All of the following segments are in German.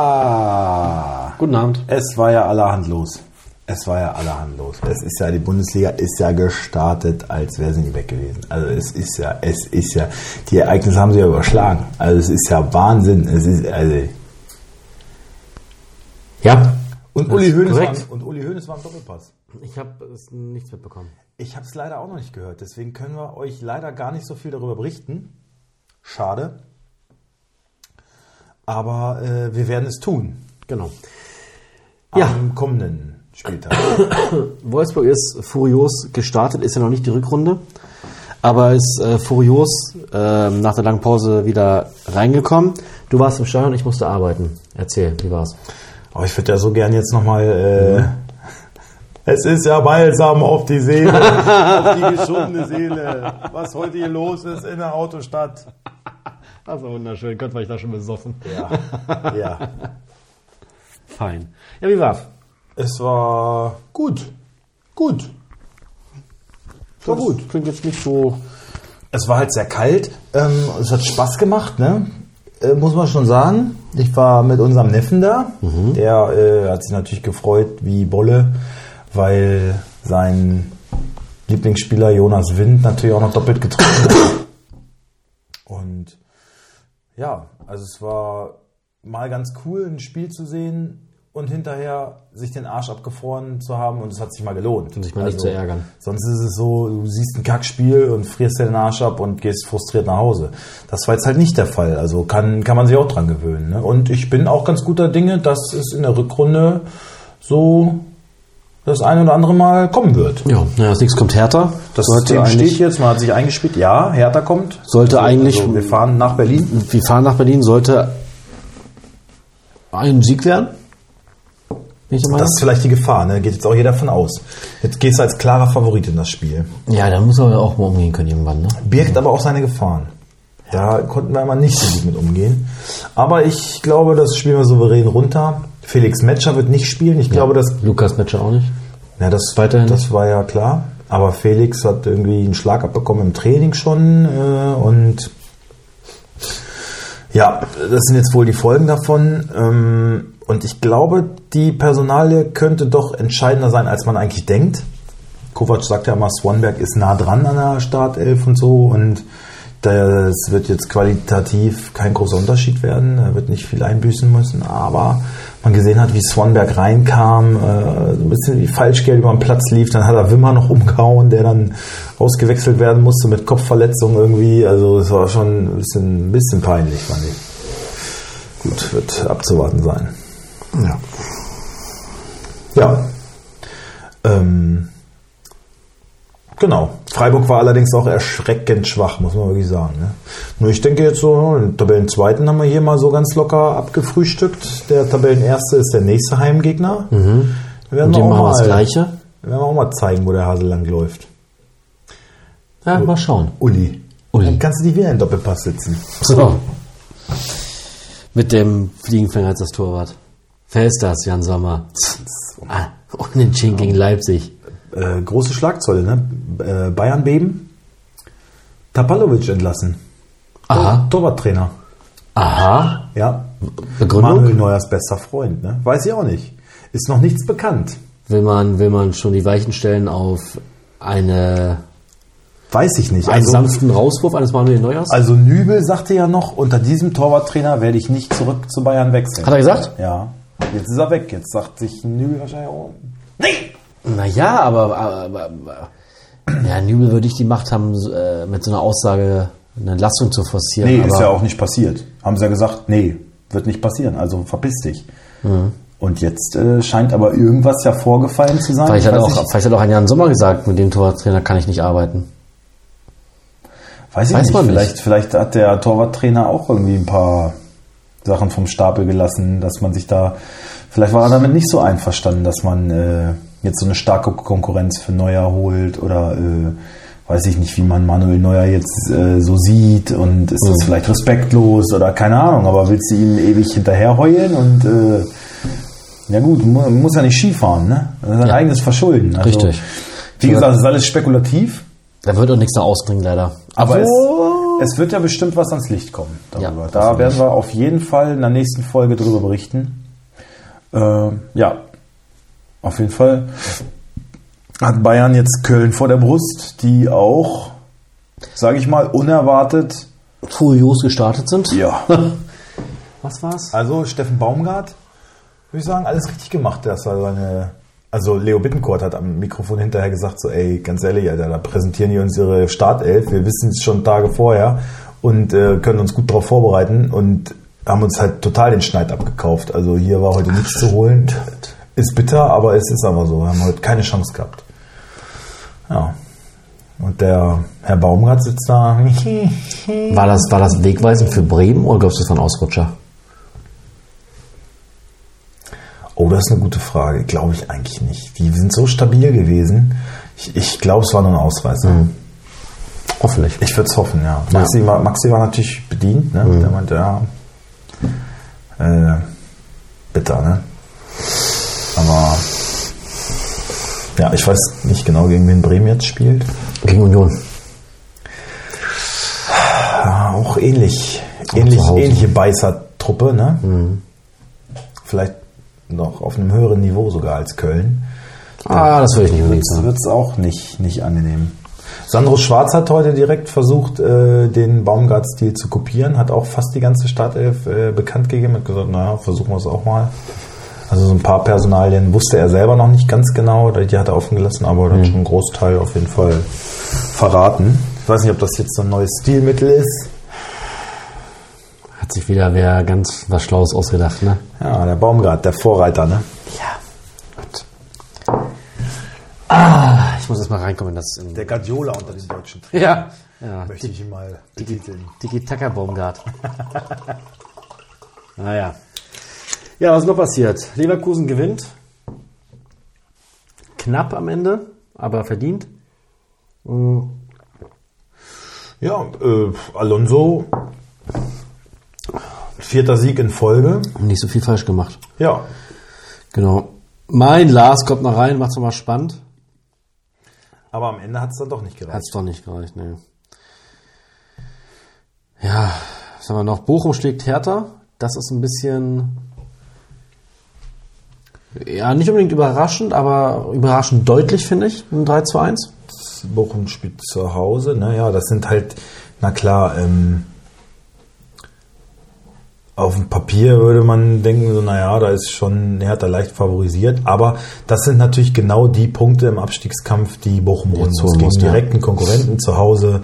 Ja. Guten Abend. Es war ja allerhand los. Es war ja allerhand los. Es ist ja, die Bundesliga ist ja gestartet, als wäre sie nie weg gewesen. Also es ist ja, es ist ja, die Ereignisse haben sie ja überschlagen. Also es ist ja Wahnsinn. Es ist, also. Ja. Und Das Uli ist Hoeneß war, korrekt. und Uli Hoeneß war im Doppelpass. Ich habe es nichts mitbekommen. Ich habe es leider auch noch nicht gehört, deswegen können wir euch leider gar nicht so viel darüber berichten. Schade. Aber äh, wir werden es tun. Genau. Am Ja. kommenden Spieltag. Wolfsburg ist furios gestartet, ist ja noch nicht die Rückrunde, aber ist äh, furios ähm, nach der langen Pause wieder reingekommen. Du warst im Stadion, ich musste arbeiten. Erzähl, wie war's? Aber Oh, ich würde ja so gern jetzt nochmal. Äh, Es ist ja balsam auf die Seele, auf die geschundene Seele, was heute hier los ist in der Autostadt. Das war Also wunderschön, Gott, war ich da schon besoffen. Ja, ja. Fein. Ja, wie war's? Es war gut. Gut. Es war gut. Klingt jetzt nicht so... Es war halt sehr kalt. Ähm, es hat Spaß gemacht, ne? Äh, muss man schon sagen. Ich war mit unserem Neffen da. Mhm. Der äh, hat sich natürlich gefreut wie Bolle, weil sein Lieblingsspieler Jonas Wind natürlich auch noch doppelt getroffen hat. Und ja, also es war mal ganz cool, ein Spiel zu sehen und hinterher sich den Arsch abgefroren zu haben und es hat sich mal gelohnt. Und sich mal nicht zu ärgern. Sonst ist es so, du siehst ein Kackspiel und frierst dir den Arsch ab und gehst frustriert nach Hause. Das war jetzt halt nicht der Fall. Also kann, kann man sich auch dran gewöhnen. Ne? Und ich bin auch ganz guter Dinge, dass es in der Rückrunde so das eine oder andere Mal kommen wird. Ja, naja, aus nichts kommt härter. Das Sollte System eigentlich- steht jetzt, man hat sich eingespielt. Ja, Hertha kommt. Sollte eigentlich- Also, wir fahren nach Berlin. Wir fahren nach Berlin, sollte ein Sieg werden. Bin ich der Meinung? Das ist vielleicht die Gefahr, ne? Geht jetzt auch jeder von aus. Jetzt gehst du als klarer Favorit in das Spiel. ja, da muss man auch mal umgehen können irgendwann, ne? Birgt aber auch seine Gefahren. Da konnten wir einmal nicht so gut mit umgehen. Aber ich glaube, das spielen wir souverän runter. Felix Metscher wird nicht spielen. Ich glaube, das, Lukas Metscher auch nicht. na, das, Weiterhin. das war ja klar. Aber Felix hat irgendwie einen Schlag abbekommen im Training schon. Äh, und ja, das sind jetzt wohl die Folgen davon. Ähm, und ich glaube, die Personalie könnte doch entscheidender sein, als man eigentlich denkt. Kovac sagt ja immer, Swanberg ist nah dran an der Startelf und so. Und das wird jetzt qualitativ kein großer Unterschied werden. Er wird nicht viel einbüßen müssen. Aber man gesehen hat, wie Swanberg reinkam, äh, so ein bisschen wie Falschgeld über den Platz lief. Dann hat er Wimmer noch umgehauen, der dann ausgewechselt werden musste mit Kopfverletzung irgendwie. Also es war schon ein bisschen, ein bisschen peinlich, fand ich. Gut, wird abzuwarten sein. Ja. Ja. Ähm, genau. Freiburg war allerdings auch erschreckend schwach, muss man wirklich sagen. Ne? Nur ich denke jetzt so, den Tabellenzweiten haben wir hier mal so ganz locker abgefrühstückt. Der Tabellenerste ist der nächste Heimgegner. Wir werden, Mhm. Und wir auch dem machen wir mal, das Gleiche. wir werden auch mal zeigen, wo der Hase lang läuft. Ja, mal schauen. Uli. Uli. Dann kannst du dich wieder in Doppelpass sitzen. So. Mit dem Fliegenfänger als das Torwart. Wer ist das, Jan Sommer? Ah, Unentschieden gegen Leipzig. Äh, große Schlagzeile, ne? B- Äh, Bayern beben. Tapalovic entlassen. Aha. Torwarttrainer. Aha. Ja. Manuel Begründung? Neuers bester Freund, ne? Weiß ich auch nicht. Ist noch nichts bekannt. Will man, will man schon die Weichen stellen auf eine, Weiß ich nicht. einen Also, sanften Rauswurf eines Manuel Neuers? also Nübel sagte ja noch, unter diesem Torwarttrainer werde ich nicht zurück zu Bayern wechseln. Hat er gesagt? Ja. Jetzt ist er weg. Jetzt sagt sich Nübel wahrscheinlich oh, auch. Naja, aber, aber, aber ja, Nübel würde ich die Macht haben, so, äh, mit so einer Aussage eine Entlassung zu forcieren. Nee, aber ist ja auch nicht passiert. Haben sie ja gesagt, nee, wird nicht passieren. Also verpiss dich. Mhm. Und jetzt äh, scheint aber irgendwas ja vorgefallen zu sein. Vielleicht Ich hat, weiß auch, nicht- vielleicht hat auch ein Jan Sommer gesagt, mit dem Torwarttrainer kann ich nicht arbeiten. Weiß ich Weiß nicht. man nicht. Vielleicht, vielleicht hat der Torwarttrainer auch irgendwie ein paar Sachen vom Stapel gelassen, dass man sich da. Vielleicht war er damit nicht so einverstanden, dass man äh, jetzt so eine starke Konkurrenz für Neuer holt oder äh, weiß ich nicht, wie man Manuel Neuer jetzt äh, so sieht und ist Mhm. das vielleicht respektlos oder keine Ahnung, aber willst du ihm ewig hinterher heulen und äh, ja gut, mu muss ja nicht Skifahren, ne? Das ist sein Ja. eigenes Verschulden. Also, Richtig. Wie gesagt, es ist alles spekulativ. Da wird auch nichts nach ausbringen, leider. Aber es, Es wird ja bestimmt was ans Licht kommen darüber. Ja, da werden wir auf jeden Fall in der nächsten Folge drüber berichten. Äh, ja, auf jeden Fall hat Bayern jetzt Köln vor der Brust, die auch, sage ich mal, unerwartet. furios gestartet sind. Ja. Was war's? Also Steffen Baumgart, würde ich sagen, alles richtig gemacht, dass er seine. Also Leo Bittencourt hat am Mikrofon hinterher gesagt, so ey, ganz ehrlich, Alter, da präsentieren die uns ihre Startelf, wir wissen es schon Tage vorher und äh, können uns gut darauf vorbereiten und haben uns halt total den Schneid abgekauft. Also hier war heute nichts zu holen. Ist bitter, aber es ist aber so. Wir haben heute keine Chance gehabt. Ja. Und der Herr Baumgart sitzt da. War das, war das wegweisend für Bremen oder glaubst du, es war ein Ausrutscher? Oh, das ist eine gute Frage. Glaube ich eigentlich nicht. Die sind so stabil gewesen. Ich, ich glaube, es war nur ein Ausreißer. Hoffentlich. Ich würde es hoffen, ja. Maxi, War, Maxi war natürlich bedient. Ne? Der meinte, ja, äh, bitter, ne? Aber ja, ich weiß nicht genau, gegen wen Bremen jetzt spielt. Gegen Union. Ja, auch ähnlich. ähnlich zu Hause. ähnliche Beißertruppe, ne? Vielleicht noch auf einem höheren Niveau sogar als Köln. Ah, das würde ich nicht unbedingt Das sagen. wird es auch nicht, nicht angenehm. Sandro Schwarz hat heute direkt versucht, äh, den Baumgart-Stil zu kopieren, hat auch fast die ganze Startelf äh, bekannt gegeben und gesagt, naja, versuchen wir es auch mal. Also so ein paar Personalien wusste er selber noch nicht ganz genau, die hat er offen gelassen, aber dann schon einen Großteil auf jeden Fall verraten. Ich weiß nicht, ob das jetzt so ein neues Stilmittel ist. Hat sich wieder wer ganz was Schlaues ausgedacht, ne? Ja, der Baumgart, der Vorreiter, ne? Ja. Gut. Ah, ich muss erst mal reinkommen. Das in Der Guardiola unter den Deutschen. ja. ja. Möchte ich ihn mal betiteln. Tiki-Taka-Baumgart. naja. Ja, was ist noch passiert? Leverkusen gewinnt. Knapp am Ende, aber verdient. Hm, Ja, äh, Alonso, vierter Sieg in Folge. Nicht so viel falsch gemacht. Ja, Genau. Mein Lars kommt mal rein, macht's nochmal spannend. aber am Ende hat es dann doch nicht gereicht. Hat's doch nicht gereicht, ne. Ja, was haben wir noch? Bochum schlägt Hertha. Das ist ein bisschen. Ja, nicht unbedingt überraschend, aber überraschend deutlich, finde ich. Ein 3 zu 1. Bochum spielt zu Hause. Naja, das sind halt, na klar, ähm, auf dem Papier würde man denken, so, naja, da ist schon Hertha leicht favorisiert. Aber das sind natürlich genau die Punkte im Abstiegskampf, die Bochum holen muss. Jetzt holen Gegen muss, ja. direkten Konkurrenten zu Hause.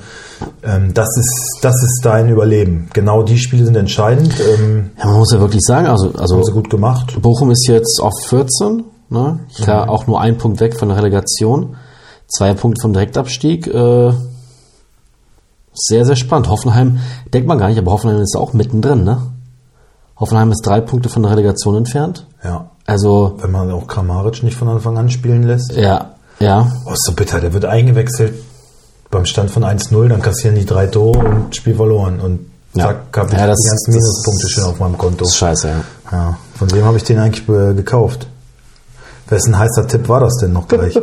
Ähm, das, ist, das ist dein Überleben. Genau die Spiele sind entscheidend. Ähm, Ja, man muss ja wirklich sagen, also, also haben sie gut gemacht. Bochum ist jetzt auf 14, ne? Klar, auch nur ein Punkt weg von der Relegation, zwei Punkte vom Direktabstieg. Äh, sehr, sehr spannend. Hoffenheim, denkt man gar nicht, aber Hoffenheim ist auch mittendrin, ne? Hoffenheim ist drei Punkte von der Relegation entfernt. Ja. Also, Wenn man auch Kramaric nicht von Anfang an spielen lässt. ja, ja. Oh, ist so bitter. Der wird eingewechselt beim Stand von 1-0, dann kassieren die drei Tore und Spiel verloren. Und Ja. zack, habe ich Ja, das- die ganzen das- Minuspunkte schön auf meinem Konto. Das ist scheiße, ja. Ja. Von wem habe ich den eigentlich äh, gekauft? Wessen heißer Tipp war das denn noch gleich?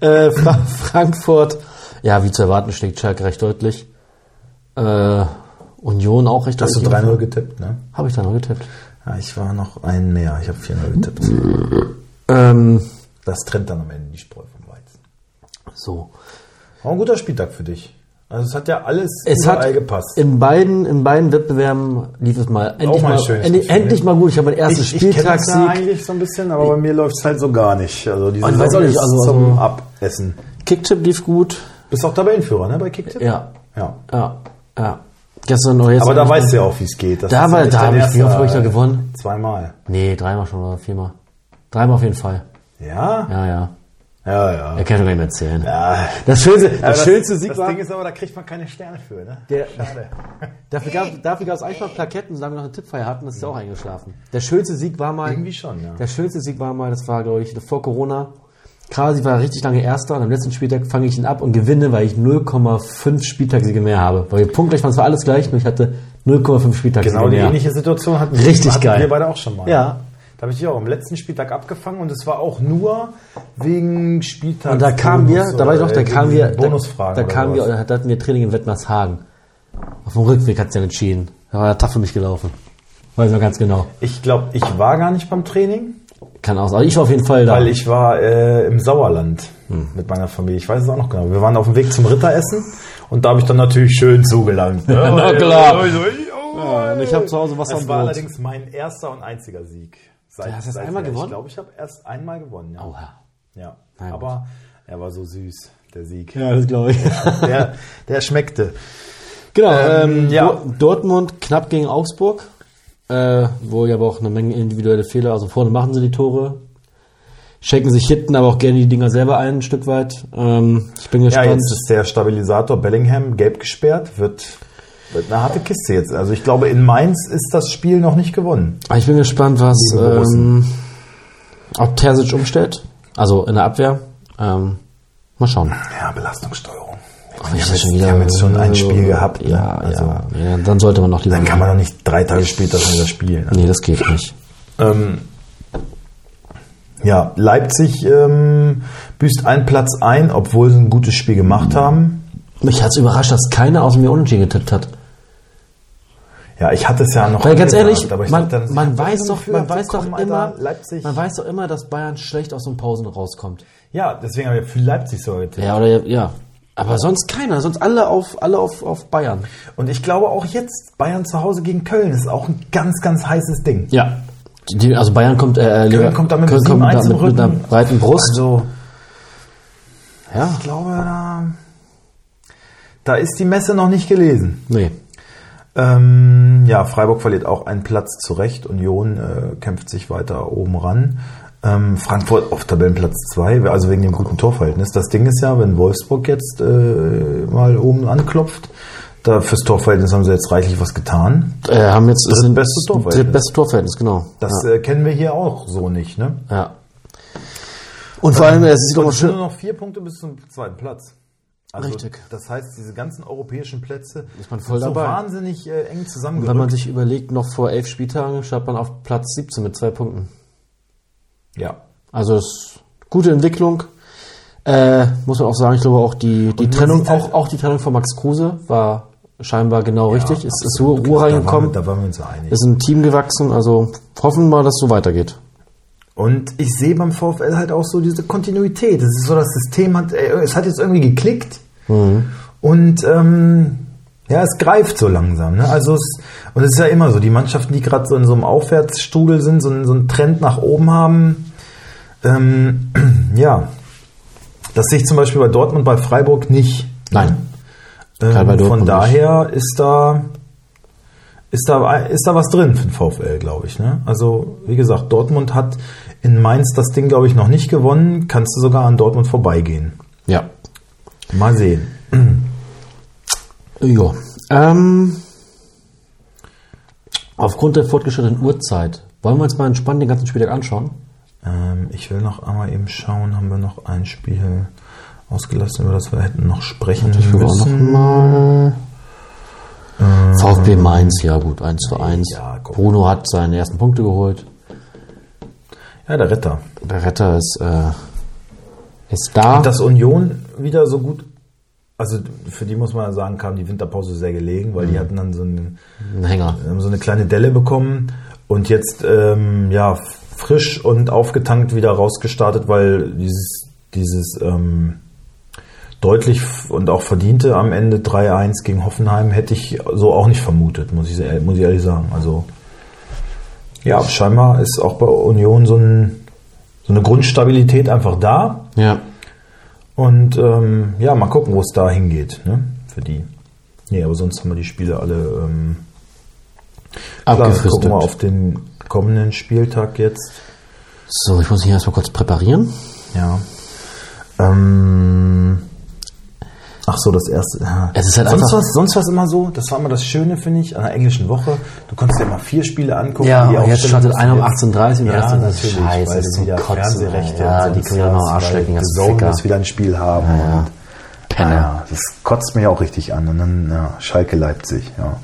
Äh, Fra Frankfurt, ja, wie zu erwarten, schlägt Schalke recht deutlich. Äh, Union auch recht Hast du 3-0 getippt, ne? Habe ich da noch getippt. Ja, ich war noch ein mehr. Ich habe 4-0 getippt. Ähm, Das trennt dann am Ende die Spreu vom Weizen. so. War ein guter Spieltag für dich. Also es hat ja alles Es überall hat gepasst. In beiden, in beiden Wettbewerben lief es mal endlich, mal ein mal, schönes endlich, Gefühl. endlich mal gut. Ich habe meinen ersten kenn das ja Spieltagssieg. eigentlich so ein bisschen, aber bei mir läuft es halt so gar nicht. Also die Und ich weiß Saison auch nicht, ist also- zum Abessen. Kicktipp lief gut. Bist auch Tabellenführer, ne, bei Kicktipp? Ja, Ja. ja, ja. Gestern oder jetzt. Aber da weißt du ja auch, wie es geht. Das Da, ist ja war- nicht da dein habe ich, wie erster- oft habe ich da gewonnen? Zweimal. Nee, dreimal schon oder viermal. Dreimal auf jeden Fall. Ja? Ja, ja. Ja, ja. Er kann doch gar nicht mehr zählen. Ah. Das schönste, das, Aber schönste Sieg das war. Ding ist aber, da kriegt man keine Sterne für, ne? Der- Schade. Dafür gab, dafür gab es einfach Plaketten, solange wir noch eine Tippfeier hatten, das ist ja auch eingeschlafen. Der schönste Sieg war mal. Irgendwie schon, ja. Der schönste Sieg war mal, das war, glaube ich, vor Corona. Krasi war richtig lange Erster und am letzten Spieltag fange ich ihn ab und gewinne, weil ich 0,5 Spieltagssiege mehr habe. Weil wir punktgleich waren zwar alles gleich, nur ich hatte 0,5 Spieltagssiege Genau die mehr. ähnliche Situation hatten, Richtig hatten geil. wir beide auch schon mal. Ja. Da habe ich dich auch am letzten Spieltag abgefangen und es war auch nur wegen Spieltag. Und da kamen wir, da war ich noch, da kamen wir, da, äh, Bonusfragen. da oder kamen wir, sowas. da hatten wir Training in Wettmarshagen. Auf dem Rückweg hat es dann entschieden. Da war der Tag für mich gelaufen. Weiß noch ganz genau. Ich glaube, ich war gar nicht beim Training, Kann aus. Aber ich war auf jeden Fall da. weil ich war äh, im Sauerland Hm. mit meiner Familie. Ich weiß es auch noch genau. Wir waren auf dem Weg zum Ritteressen und da habe ich dann natürlich schön zugelangt. ne? Na Weil- klar. weil ich so, ich- oh, Ja, und ich hab zu Hause Wasser Das und war Brot. allerdings mein erster und einziger Sieg. Seit, Du hast erst seit- einmal gewonnen? Oh. Ich glaube, ich habe erst einmal gewonnen. Ja. Oha. Ja, Nein, aber er war so süß, der Sieg. Ja, das glaube ich. Der, der schmeckte. Genau, ähm, Ähm, ja. Dor- Dortmund knapp gegen Augsburg, äh, wo ja aber auch eine Menge individuelle Fehler, also vorne machen sie die Tore, schenken sich hinten aber auch gerne die Dinger selber ein, ein Stück weit. Ähm, ich bin Ja, gespannt. jetzt ist der Stabilisator Bellingham gelb gesperrt, wird, wird eine harte Kiste jetzt. Also ich glaube, in Mainz ist das Spiel noch nicht gewonnen. Aber ich bin gespannt, was Lieben ähm, ob Terzic umstellt, also in der Abwehr. Ähm, mal schauen. Ja, Belastungssteuerung. Ach, ich haben jetzt- die haben jetzt schon ein Spiel gehabt, ne? äh, Ja, Also- ja, ja. Dann sollte man noch lieber. Dann kann man doch nicht drei Tage später schon wieder spielen. ne? nee, das geht nicht. Ähm, ja, Leipzig ähm, büßt einen Platz ein, obwohl sie ein gutes Spiel gemacht haben. Mich hat's überrascht, dass keiner aus mir unentschieden getippt hat. Ja, ich hatte es ja noch. Weil angesagt, ganz ehrlich, aber ich man, dachte dann, man ich hab weiß das doch, Gefühl man gehabt, weiß doch komm, Alter, immer, Leipzig. man weiß doch immer, dass Bayern schlecht aus so einem Pausen rauskommt. Ja, deswegen habe ich für Leipzig so getippt. Ja, oder ja. Aber sonst keiner, sonst alle auf alle auf, auf Bayern. Und ich glaube auch jetzt, Bayern zu Hause gegen Köln ist auch ein ganz, ganz heißes Ding. Ja. Die, also Bayern kommt äh, Lever- kommt da mit Köln kommt 7-1 da mit, im mit einer Rücken. breiten Brust. Also, ja. ich glaube, da, da ist die Messe noch nicht gelesen. Nee. Ähm, ja, Freiburg verliert auch einen Platz zurecht. Union äh, kämpft sich weiter oben ran. Ähm, Frankfurt auf Tabellenplatz 2, also wegen dem guten Torverhältnis. Das Ding ist ja, wenn Wolfsburg jetzt äh, mal oben anklopft, da fürs Torverhältnis haben sie jetzt reichlich was getan. Äh, haben jetzt ist ein Drittbestes Torverhältnis. drittbestes Torverhältnis, genau. Das äh, kennen wir hier auch so nicht. Ne? ja. Und vor allem, es sieht doch mal Es sind schön. nur noch vier Punkte bis zum zweiten Platz. Also, Richtig. Das heißt, diese ganzen europäischen Plätze Ist man voll sind so dabei. wahnsinnig äh, eng Wenn man zusammengerückt. sich überlegt, noch vor elf Spieltagen schaut man auf Platz 17 mit zwei Punkten. Ja. Also das ist gute Entwicklung. Äh, muss man auch sagen, ich glaube auch die, die man Trennung, sieht halt- auch, auch die Trennung von Max Kruse war scheinbar genau richtig. Es ist Ruhe absolut. Ruhe reingekommen, Da waren, wir, da waren wir uns einig. ist ein Team gewachsen, also hoffen wir mal, dass es so weitergeht. Und ich sehe beim VfL halt auch so diese Kontinuität. Es ist so, das System hat, äh, es hat jetzt irgendwie geklickt. Mhm. Und ähm, ja, es greift so langsam. Ne? Also es, und es ist ja immer so, die Mannschaften, die gerade so in so einem Aufwärtsstrudel sind, so, einen- so einen Trend nach oben haben, ähm, ja, das sehe ich zum Beispiel bei Dortmund, bei Freiburg nicht. Nein. Gerade bei Ähm, Dortmund von daher ist da, ist, da, ist da was drin für den VfL, glaube ich. Ne? Also, wie gesagt, Dortmund hat in Mainz das Ding, glaube ich, noch nicht gewonnen. Kannst du sogar an Dortmund vorbeigehen. Ja. Mal sehen. Jo. Ähm, aufgrund der fortgeschrittenen Uhrzeit wollen wir uns mal entspannt den ganzen Spieltag anschauen. Ähm, ich will noch einmal eben schauen, haben wir noch ein Spiel ausgelassen, über das wir hätten noch sprechen Wir auch noch müssen. mal. VfB Mainz, ja gut, 1 zu 1. Ja, komm. Bruno hat seine ersten Punkte geholt. Ja, der Retter. Der Retter ist, äh, ist da. Dass Union wieder so gut, also für die muss man ja sagen, kam die Winterpause sehr gelegen, weil die hatten dann so einen ein Hänger. Wir haben so eine kleine Delle bekommen und jetzt ähm, ja frisch und aufgetankt wieder rausgestartet, weil dieses, dieses ähm, deutlich f- und auch verdiente am Ende 3-1 gegen Hoffenheim hätte ich so auch nicht vermutet, muss ich, sehr- muss ich ehrlich sagen. Also ja, scheinbar ist auch bei Union so, ein, so eine Grundstabilität einfach da. Ja. Und ähm, ja, mal gucken, wo es da hingeht, ne? Für die. Nee, aber sonst haben wir die Spiele alle ähm, Klar, gucken Abgefristet. wir auf den kommenden Spieltag jetzt. So, ich muss mich erstmal kurz präparieren. Ja. Ähm, ach so, das erste. ja. Es ist halt sonst einfach- was, sonst was immer so. Das war immer das Schöne, finde ich, an der englischen Woche. Du konntest dir mal vier Spiele angucken. Ja, die aber jetzt Aufstellung startet musst du einer um jetzt- 18.30 und der ja, erste um- natürlich, Scheiße, weil ist du zum wieder Kotzen, Fernsehrechte. ey. Ja, und die sonst können wir mal was, weil arschlecken, das The Zone Ficker. muss wieder ein Spiel haben. Ja. und- Penner. Ja, das kotzt mich auch richtig an. Und dann ja, Schalke Leipzig. Ja.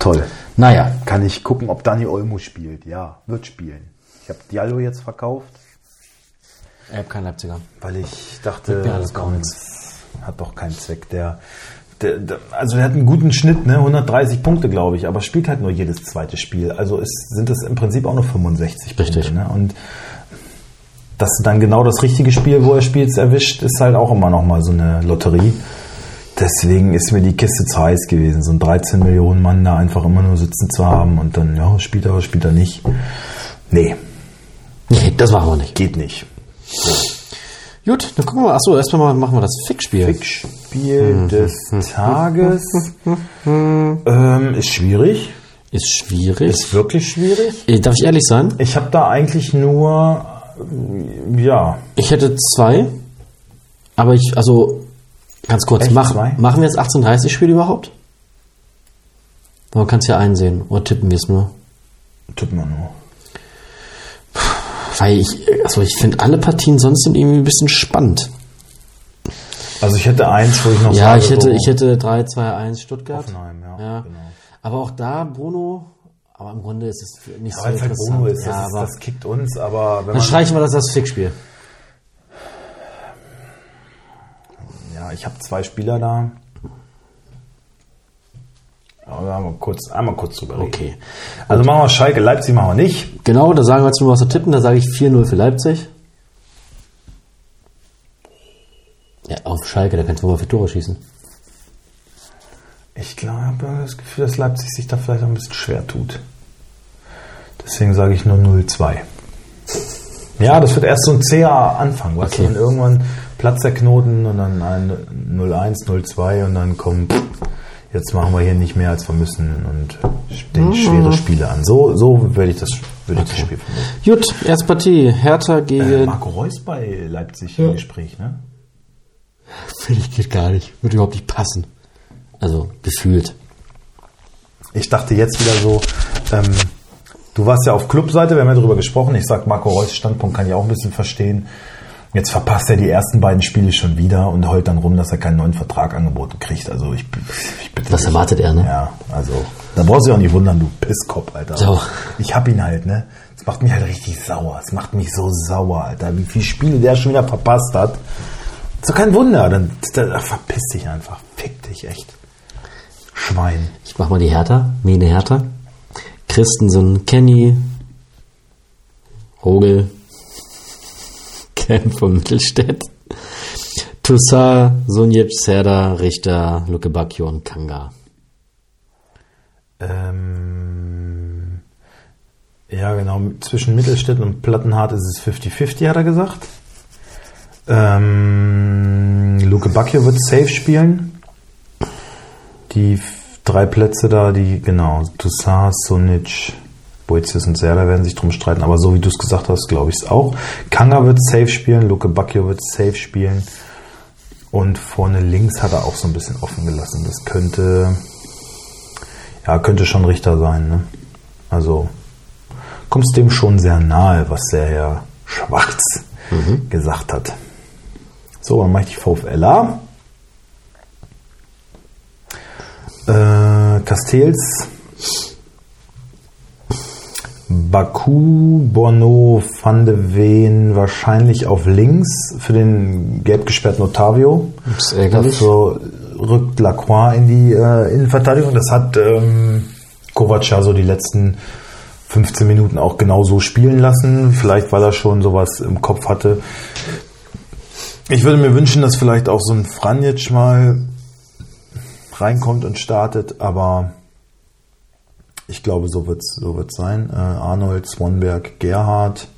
Toll. Naja. Kann ich gucken, ob Dani Olmo spielt. Ja, wird spielen. Ich habe Diallo jetzt verkauft, Ich habe keinen Leipziger. weil ich dachte, mir alles komm, hat doch keinen Zweck. Der, der, der, also der hat einen guten Schnitt, ne? 130 Punkte, glaube ich, aber spielt halt nur jedes zweite Spiel. Also ist, sind es im Prinzip auch nur 65 Richtig. Punkte. Ne? Und dass du dann genau das richtige Spiel, wo er spielt, erwischt, ist halt auch immer noch mal so eine Lotterie. Deswegen ist mir die Kiste zu heiß gewesen, so ein 13 Millionen Mann da einfach immer nur sitzen zu haben und dann, ja, spielt er, spielt er nicht. Nee, Nee, das machen wir nicht. geht nicht. Gut, dann gucken wir. Achso, erstmal mal machen wir das Fick-Spiel. Spiel des Tages ähm, ist schwierig, Ist schwierig. ist wirklich schwierig. Äh, Darf ich ehrlich sein? Ich habe da eigentlich nur, äh, ja, Ich hätte zwei, aber ich, also, ganz kurz, Echt? mach, Zwei? machen wir jetzt 18.30 Spiel überhaupt? Man kann es ja einsehen, oder tippen wir es nur? tut mir nur. Weil ich, also ich finde alle Partien sonst sind irgendwie ein bisschen spannend. Also ich hätte eins, wo ich noch Ja, sage, ich hätte, so- ich hätte 3, 2, 1 Stuttgart. Hoffenheim, ja, genau. Aber auch da, Bruno, aber im Grunde ist es nicht so Weil es halt interessant. Bruno ist, ja, das, ist aber das kickt uns, aber wenn dann man. streichen wir das als Fickspiel. Ja, ich habe zwei Spieler da. Aber einmal kurz, einmal kurz drüber reden. Okay. Also machen wir Schalke, Leipzig machen wir nicht. Genau, da sagen wir jetzt nur was zu tippen, da sage ich 4-0 für Leipzig. Ja, auf Schalke, da kannst du mal für Tore schießen. Ich glaube, ich habe das Gefühl, dass Leipzig sich da vielleicht auch ein bisschen schwer tut. Deswegen sage ich nur 0-2. Ja, das wird erst so ein zäher Anfang, weißt Okay. du? Und irgendwann platzt der Knoten und dann ein 0-1, 0-2 und dann kommt, jetzt machen wir hier nicht mehr als wir müssen und stehen schwere Spiele an. So, so werde ich das, würde ich das Spiel vermuten. Gut, erste Partie, Hertha Äh, gegen... Marco Reus bei Leipzig im Gespräch, ne? Finde ich geht gar nicht, würde überhaupt nicht passen. Also, gefühlt. Ich dachte jetzt wieder so, ähm, du warst ja auf Clubseite, wir haben ja darüber gesprochen. Ich sag, Marco Reus Standpunkt kann ich auch ein bisschen verstehen. Jetzt verpasst er die ersten beiden Spiele schon wieder und heult dann rum, dass er keinen neuen Vertrag angeboten kriegt. Also ich, ich bitte Das dich. erwartet er, ne? Ja, also da brauchst du dich auch nicht wundern, du Pisskopf, Alter. So. Ich hab ihn halt, ne? Das macht mich halt richtig sauer. Es macht mich so sauer, Alter. Wie viele Spiele der schon wieder verpasst hat. So kein Wunder. Dann, dann ach, verpiss dich einfach. Fick dich echt. Schwein. Ich mach mal die Hertha, Mene Hertha. Christensen, Kenny, Rogel, Kemp von Mittelstädt, Toussaint, Sunjev, Serda, Richter, Luke Bacchio und Kanga. Ähm, ja, genau. Zwischen Mittelstädt und Plattenhardt ist es 50-50, hat er gesagt. Ähm, Luke Bacchio wird safe spielen. Die f- drei Plätze da, die, genau, Toussaint, Sonic, Boetius und Serda werden sich drum streiten. Aber so wie du es gesagt hast, glaube ich es auch. Kanga wird safe spielen, Luke Bacchio wird safe spielen. Und vorne links hat er auch so ein bisschen offen gelassen. Das könnte, ja, könnte schon Richter sein, ne? Also, kommst dem schon sehr nahe, was der Herr Schwarz gesagt hat. So, dann mache ich die VfLA. Äh, Castells. Baku, Bono, Van de Ven wahrscheinlich auf links für den gelb gesperrten Otavio. Das ist ärgerlich. Dafür rückt Lacroix in die äh, Innenverteidigung. Das hat ähm, Kovac ja so die letzten 15 Minuten auch genau so spielen lassen. Vielleicht, weil er schon sowas im Kopf hatte. Ich würde mir wünschen, dass vielleicht auch so ein Franjic mal reinkommt und startet, aber ich glaube, so wird es so wird's sein. Äh, Arnold, Swanberg, Gerhard.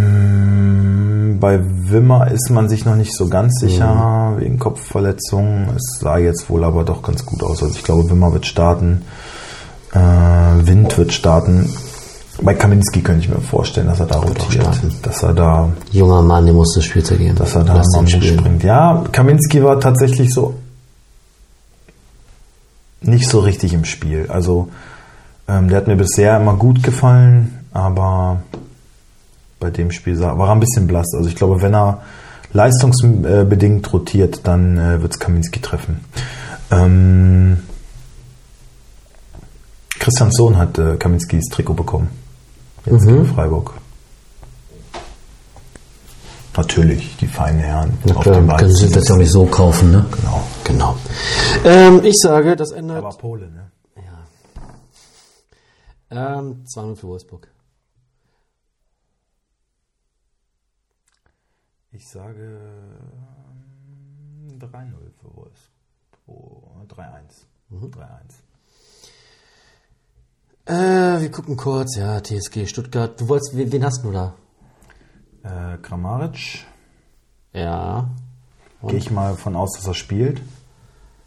Ähm, bei Wimmer ist man sich noch nicht so ganz sicher wegen Kopfverletzungen. Es sah jetzt wohl aber doch ganz gut aus. Also ich glaube, Wimmer wird starten. Äh, Wind wird starten. Bei Kaminski könnte ich mir vorstellen, dass er da rotiert. starten. Dass er da Junger Mann, der muss das Spiel zergehen. dass er da Lass mal den spielen. mitspringt. Ja, Kaminski war tatsächlich so nicht so richtig im Spiel. Also ähm, der hat mir bisher immer gut gefallen, aber bei dem Spiel sah, war er ein bisschen blass. Also ich glaube, wenn er leistungsbedingt rotiert, dann äh, wird es Kaminski treffen. Ähm, Christians Sohn hat äh, Kaminskis Trikot bekommen. Jetzt Mhm. in Freiburg. Natürlich, die feinen Herren auf klar, dem Können Sie Wald. das ja auch nicht so kaufen, ne? Genau. Genau. Ähm, ich sage, das Ende. Aber Pole, ne? Ähm, 2-0 für Wolfsburg. Ich sage ähm, 3-0 für Wolfsburg. 3-1. Mhm. 3-1. Äh, wir gucken kurz. Ja, TSG Stuttgart. Du wolltest, wen, wen hast du da? Äh, Kramaric, Ja. gehe ich mal von aus, dass er spielt.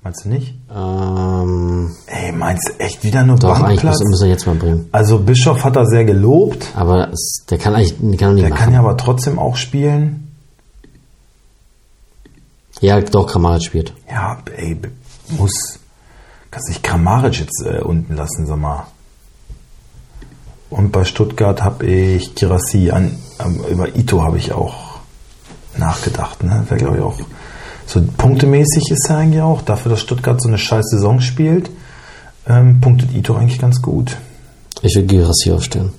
Meinst du nicht? Ähm, Ey, meinst du echt wieder nur doch, eigentlich Bankplatz? muss, muss er jetzt mal bringen. Also Bischof hat er sehr gelobt. Aber es, der kann eigentlich der kann nicht Der machen. kann ja aber trotzdem auch spielen. ja, doch, Kramaric spielt. Ja, ey, b- muss. Kannst nicht Kramaric jetzt äh, unten lassen, sag mal. Und bei Stuttgart habe ich Girassi. An, am- über Ito habe ich auch nachgedacht. Ne? Wäre, glaube ich, auch. So punktemäßig ist er eigentlich auch. Dafür, dass Stuttgart so eine scheiß Saison spielt, ähm, punktet Ito eigentlich ganz gut. Ich will Gyrassi aufstellen.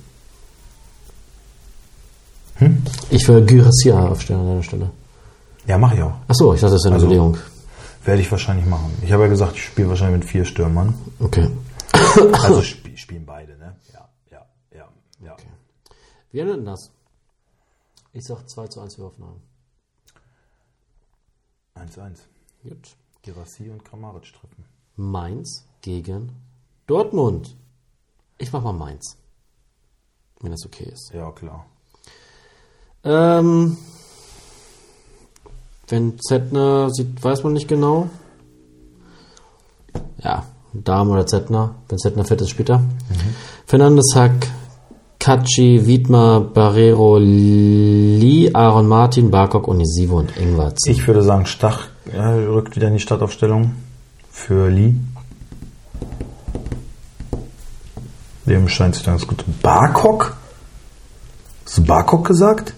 Ich will Gyrassi aufstellen an deiner Stelle. Ja, mache ich auch. Achso, ich dachte, das ist eine Also- Überlegung. Werde ich wahrscheinlich machen. Ich habe ja gesagt, ich spiele wahrscheinlich mit vier Stürmern. Okay. Also sp spielen beide, ne? Ja, ja, ja, ja. Wie endet denn das? Ich sag 2 zu 1 für Hoffenheim. 1-1. Gut. Girassi und Kramaric treffen. Mainz gegen Dortmund. Ich mach mal Mainz. Wenn das okay ist. Ja, klar. Ähm, wenn Zettner sieht, weiß man nicht genau. Ja, Dame oder Zettner. Wenn Zettner fährt, ist später. Fernandes Hack, Katschi, Wiedmer, Barrero, Lee, Aaron Martin, Barkok, Onisivo und Ingwarz. Ich würde sagen, Stach äh, rückt wieder in die Startaufstellung für Lee. Dem scheint es ganz gut. Barkok? Hast du Barkok gesagt?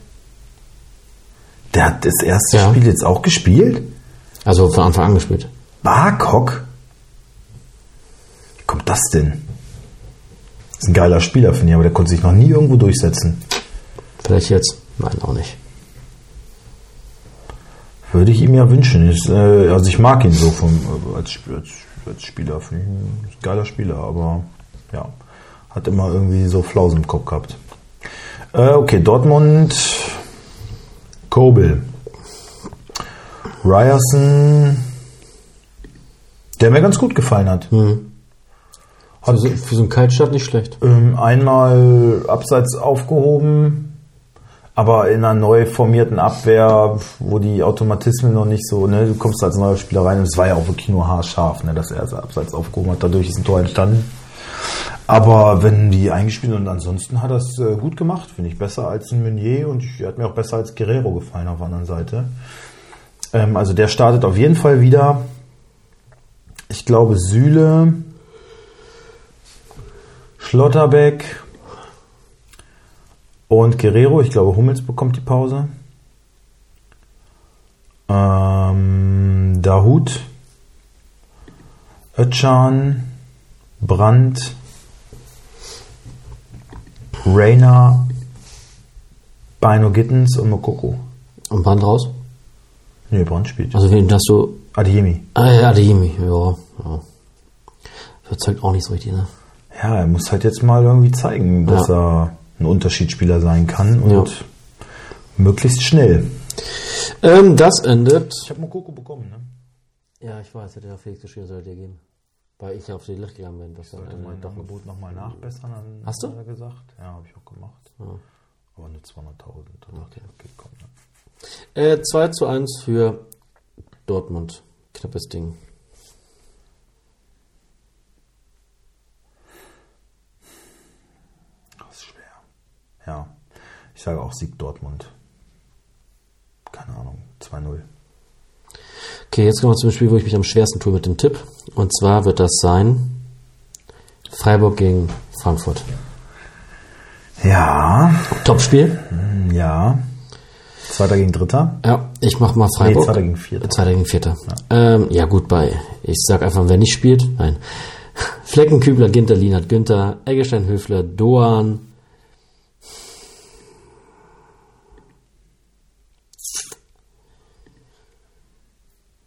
Der hat das erste Ja. Spiel jetzt auch gespielt? Also von Anfang an gespielt. Barkok? Wie kommt das denn? Ist ein geiler Spieler, finde ich, aber der konnte sich noch nie irgendwo durchsetzen. Vielleicht jetzt? Nein, auch nicht. Würde ich ihm ja wünschen. Ist, äh, also ich mag ihn so vom, äh, als, Sp- als, als Spieler. Finde ich ein geiler Spieler, aber ja, hat immer irgendwie so Flausen im Kopf gehabt. Äh, okay, Dortmund, Kobel, Ryerson, der mir ganz gut gefallen hat. Für so, für so einen Kaltstart nicht schlecht. Ähm, einmal abseits aufgehoben, aber in einer neu formierten Abwehr, wo die Automatismen noch nicht so, ne, du kommst als neuer Spieler rein und es war ja auch wirklich nur haarscharf, ne, dass er es abseits aufgehoben hat, dadurch ist ein Tor entstanden. Aber wenn die eingespielt und ansonsten hat er es äh, gut gemacht, finde ich besser als ein Meunier und ich, hat mir auch besser als Guerrero gefallen auf der anderen Seite. Ähm, also der startet auf jeden Fall wieder. Ich glaube Süle, Schlotterbeck und Guerrero. Ich glaube, Hummels bekommt die Pause. Ähm, Dahut, Ötchan, Brandt, Rainer, Bino Gittens und Mokoko. Und Band raus? Nee, Brandt spielt. Also wen hast du? Adiemi. Ah, ja, Adeyemi, ja. ja. Überzeugt auch nicht so richtig, ne? Ja, er muss halt jetzt mal irgendwie zeigen, dass er ein Unterschiedsspieler sein kann und Ja. möglichst schnell. Ähm, das endet. Ich habe Mokoko bekommen, ne? Ja, ich weiß, hätte der Felix geschrieben, sollte dir geben. Weil ich ja auf die Licht gegangen bin. Was dann Sollte am mein Ende doch Angebot nochmal nachbessern, dann Hast du? Ah. hat er gesagt. Ja, habe ich auch gemacht. Aber nur 200.000. Okay. okay, komm. Ne? äh, 2 zu 1 für Dortmund. Knappes Ding. Das ist schwer. Ja, ich sage auch Sieg Dortmund. Keine Ahnung, 2-0. Okay, jetzt kommen wir zum Spiel, wo ich mich am schwersten tue mit dem Tipp. Und zwar wird das sein Freiburg gegen Frankfurt. Ja, Topspiel. ja. Zweiter gegen Dritter. Ja, ich mach mal Freiburg. Nee, Zweiter gegen Vierter. Zweiter gegen Vierter. Ja, ähm, ja gut, bei. Ich sag einfach, wer nicht spielt. Nein. Flecken, Kübler, Ginter, Lienert, Günther, Eggestein, Höfler, Doan.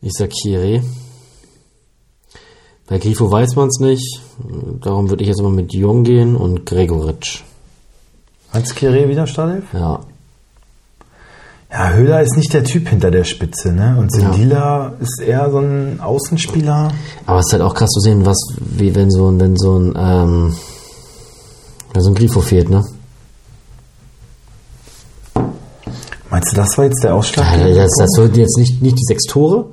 Ich sag Chiré. Bei Grifo weiß man es nicht. Darum würde ich jetzt mal mit Jung gehen und Gregoritsch. Hans Kere wieder Startelf? Ja. Ja, Höhler ist nicht der Typ hinter der Spitze, ne? Und Sindila ist eher so ein Außenspieler. Aber es ist halt auch krass zu sehen, was, wie wenn so ein, wenn so ein, ähm, wenn so ein Grifo fehlt, ne? Meinst du, das war jetzt der Ausschlag? Also Das, das sollten jetzt nicht, nicht die sechs Tore.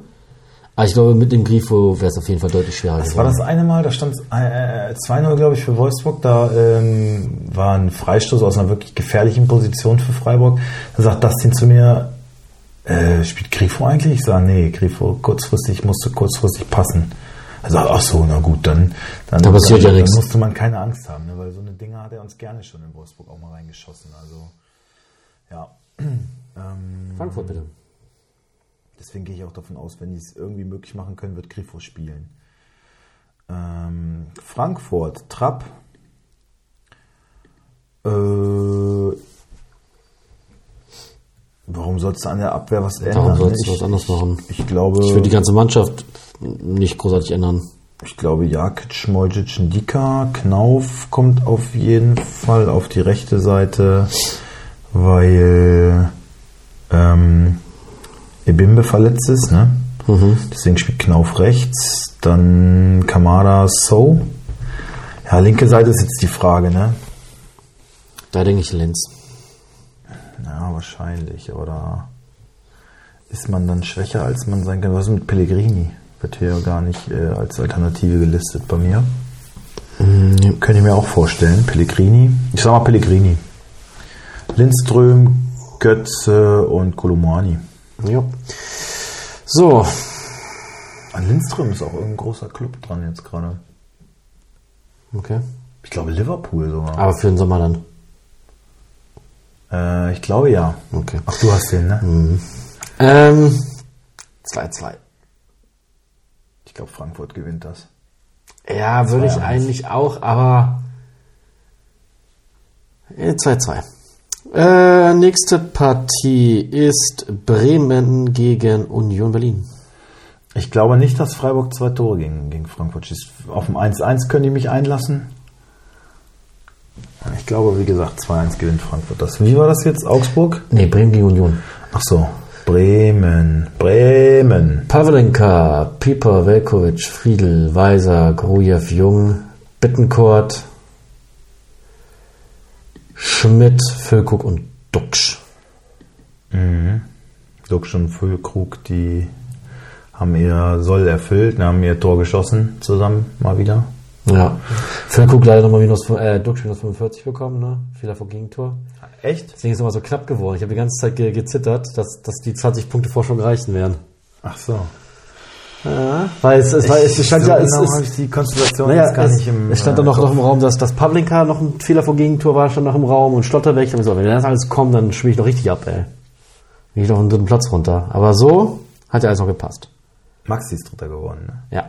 Aber ich glaube, mit dem Grifo wäre es auf jeden Fall deutlich schwerer Das war das eine Mal, da stand äh, äh, 2-0, glaube ich, für Wolfsburg. Da ähm, war ein Freistoß aus einer wirklich gefährlichen Position für Freiburg. Da sagt Dustin zu mir, äh, spielt Grifo eigentlich? Ich sage, nee, Grifo kurzfristig musste kurzfristig passen. Er sagt, ach so, na gut, dann, dann, Da passiert ja dann, nichts. dann musste man keine Angst haben, ne? weil so eine Dinger hat er uns gerne schon in Wolfsburg auch mal reingeschossen. Also, ja. ähm, Frankfurt, bitte. Deswegen gehe ich auch davon aus, wenn die es irgendwie möglich machen können, wird Grifo spielen. Ähm, Frankfurt, Trapp. Äh, warum sollst du an der Abwehr was ändern? Darum sollst du Ich- was anderes machen. Ich glaube, Ich würde die ganze Mannschaft nicht großartig ändern. ich glaube Jakic, Mojcic, Ndika, Knauf kommt auf jeden Fall auf die rechte Seite, weil ähm, Ebimbe verletzt ist, ne? Deswegen spielt Knauf rechts, dann Kamada, So. Ja, linke Seite ist jetzt die Frage, ne? Da denke ich Lenz. Ja, wahrscheinlich, aber da ist man dann schwächer, als man sein kann. Was ist mit Pellegrini? Wird hier ja gar nicht äh, als Alternative gelistet bei mir. Könnte ich mir auch vorstellen. Pellegrini. Ich sag mal Pellegrini. Lindström, Götze und Kolomani. Ja. So, An Lindström ist auch irgendein großer Club dran jetzt gerade. okay. Ich glaube Liverpool sogar. Aber für den Sommer dann. Äh, ich glaube ja. Okay. Ach, du hast den, ne? Ähm, 2-2. Ich glaube, Frankfurt gewinnt das. Ja, würde ich eigentlich auch, aber äh, 2-2. Äh, nächste Partie ist Bremen gegen Union Berlin. Ich glaube nicht, dass Freiburg zwei Tore gegen, gegen Frankfurt schießt. Auf dem 1-1 können die mich einlassen. Ich glaube, wie gesagt, 2-1 gewinnt Frankfurt das. Wie war das jetzt? Augsburg? Nee, Bremen gegen Union. Ach so, Bremen. Bremen. Pavlenka, Pieper, Velkovic, Friedel, Weiser, Grujew, Jung, Bittencourt, Schmidt, Füllkrug und Duxch. Duxch und Füllkrug, die haben ihr Soll erfüllt, ne, haben ihr Tor geschossen zusammen mal wieder. Ja. Füllkrug leider nochmal minus, äh, Duxch minus 45 bekommen, ne? Fehler vor Gegentor. Echt? Deswegen ist es immer so knapp geworden. Ich habe die ganze Zeit ge gezittert, dass, dass die 20 Punkte Vorsprung reichen werden. Ach so. Weil es, es, war, es stand ja, es, genau habe es, ich die Konstellation naja, jetzt gar es, nicht im. es stand dann äh, noch, noch im Raum, dass, dass Pavlenka noch ein Fehler vor Gegentor war, stand noch im Raum und Schlotterbeck. Und so, wenn das alles kommt, dann spiele ich noch richtig ab, ey. Bin ich noch einen dritten Platz runter. Aber so hat ja alles noch gepasst. Maxi ist Dritter geworden, ne? Ja.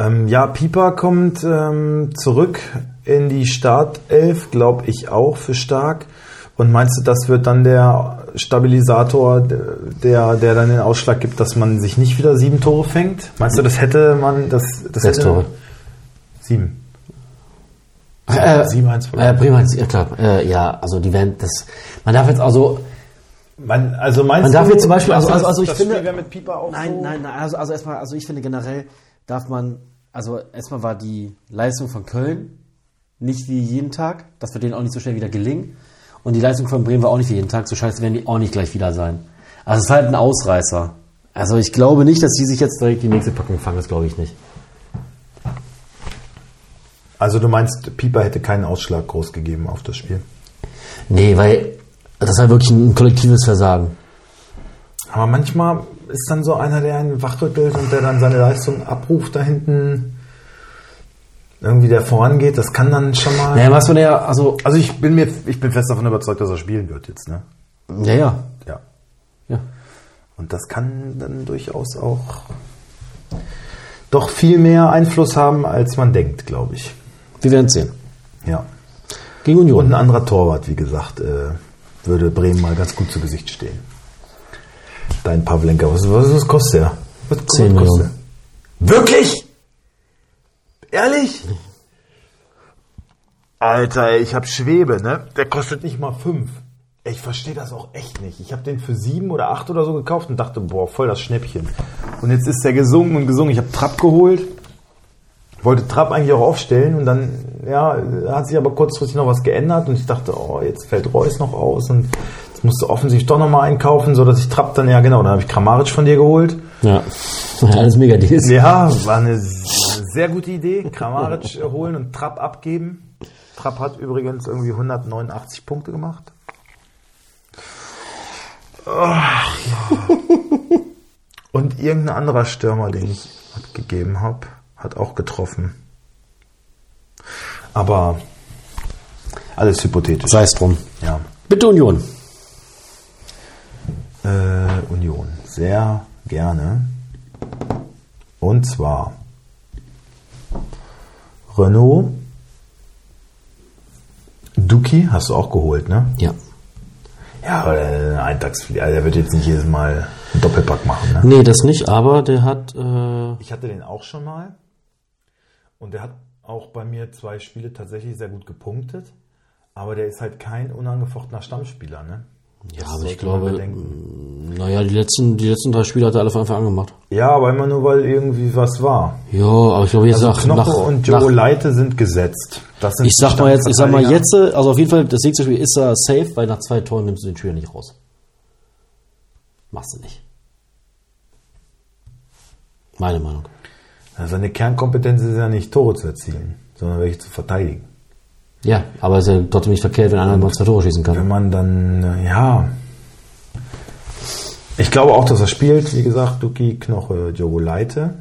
Ähm, ja, Pieper kommt ähm, zurück in die Startelf, glaube ich auch für stark. Und meinst du, das wird dann der Stabilisator, der, der dann den Ausschlag gibt, dass man sich nicht wieder sieben Tore fängt? Meinst du, das hätte man, das, das Sechs hätte Tore. Sieben. Äh, Sieben, eins, äh, Bremen hat ja klar. Äh, ja, also die werden das. Man darf jetzt also Man, also meinst Man du, darf jetzt zum Beispiel- meinst du, also- also- das- also ich das finde- Spiel wäre mit Pieper auch Nein, so? nein, nein. Also, also erstmal, also ich finde generell darf man, also erstmal war die Leistung von Köln nicht wie jeden Tag. Das wird denen auch nicht so schnell wieder gelingen. Und die Leistung von Bremen war auch nicht wie jeden Tag. So scheiße werden die auch nicht gleich wieder sein. Also es ist halt ein Ausreißer. Also ich glaube nicht, dass die sich jetzt direkt die nächste Packung fangen. Das glaube ich nicht. Also du meinst, Pieper hätte keinen Ausschlag groß gegeben auf das Spiel. Nee, weil das war wirklich ein kollektives Versagen. Aber manchmal ist dann so einer, der einen wachrüttelt und der dann seine Leistung abruft da hinten. Irgendwie der vorangeht, das kann dann schon mal. Naja, was man ja, also, Also ich bin mir, ich bin fest davon überzeugt, dass er spielen wird jetzt, ne? ja, ja. Ja. ja. Und das kann dann durchaus auch doch viel mehr Einfluss haben, als man denkt, glaube ich. Wir werden sehen. Ja. Gegen Union. Und ein anderer Torwart, wie gesagt, äh, würde Bremen mal ganz gut zu Gesicht stehen. Dein Pavlenka, was, was, was kostet der? Was, Zehn was Millionen. der? Wirklich? Ehrlich? Alter, ey, ich hab Schwebe, ne? Der kostet nicht mal fünf. Ey, Ich verstehe das auch echt nicht. Ich habe den für sieben oder acht oder so gekauft und dachte, boah, voll das Schnäppchen. Und jetzt ist der gesungen und gesungen. Ich habe Trapp geholt wollte Trapp eigentlich auch aufstellen und dann ja, hat sich aber kurzfristig noch was geändert und ich dachte, oh, jetzt fällt Reus noch aus und jetzt musst du offensichtlich doch nochmal einkaufen, sodass ich Trapp dann, ja genau, dann habe ich Kramaric von dir geholt. Ja. Alles mega Deals. Ja, war eine s- sehr gute Idee, Kramaric äh, holen und Trapp abgeben. Trapp hat übrigens irgendwie 189 Punkte gemacht. Ach, ja. Und irgendein anderer Stürmer, den ich abgegeben habe, hat auch getroffen. Aber alles hypothetisch. Sei es drum. Ja. Bitte Union. Äh, Union. Sehr gerne. Und zwar Renault Duki hast du auch geholt, ne? Ja. Ja, aber der Eintagspflicht. Also der wird jetzt nicht jedes Mal einen Doppelpack machen, ne? Nee, das nicht, aber der hat. Äh, Ich hatte den auch schon mal. Und der hat auch bei mir zwei Spiele tatsächlich sehr gut gepunktet. Aber der ist halt kein unangefochtener Stammspieler, ne? ja, aber ich sollte man glaube, bedenken. naja, die letzten, die letzten drei Spiele hat er alle von Anfang an gemacht. Ja, aber immer nur, weil irgendwie was war. Ja, aber ich glaube, jetzt nach, Knoche nach, und nach Joe Leite sind gesetzt. Das sind ich sag mal jetzt, ich sag mal Stammverteidiger. jetzt, äh, also auf jeden Fall, das nächste Spiel ist er safe, weil nach zwei Toren nimmst du den Spieler nicht raus. Machst du nicht. Meine Meinung. Ja, Seine Kernkompetenz ist ja nicht Tore zu erzielen, sondern welche zu verteidigen. Ja, aber ist ja trotzdem nicht verkehrt, wenn einer mal zwei Tore schießen kann. Wenn man dann, äh, ja. Ich glaube auch, dass er spielt. Wie gesagt, Duki, Knoche, Joe Leite.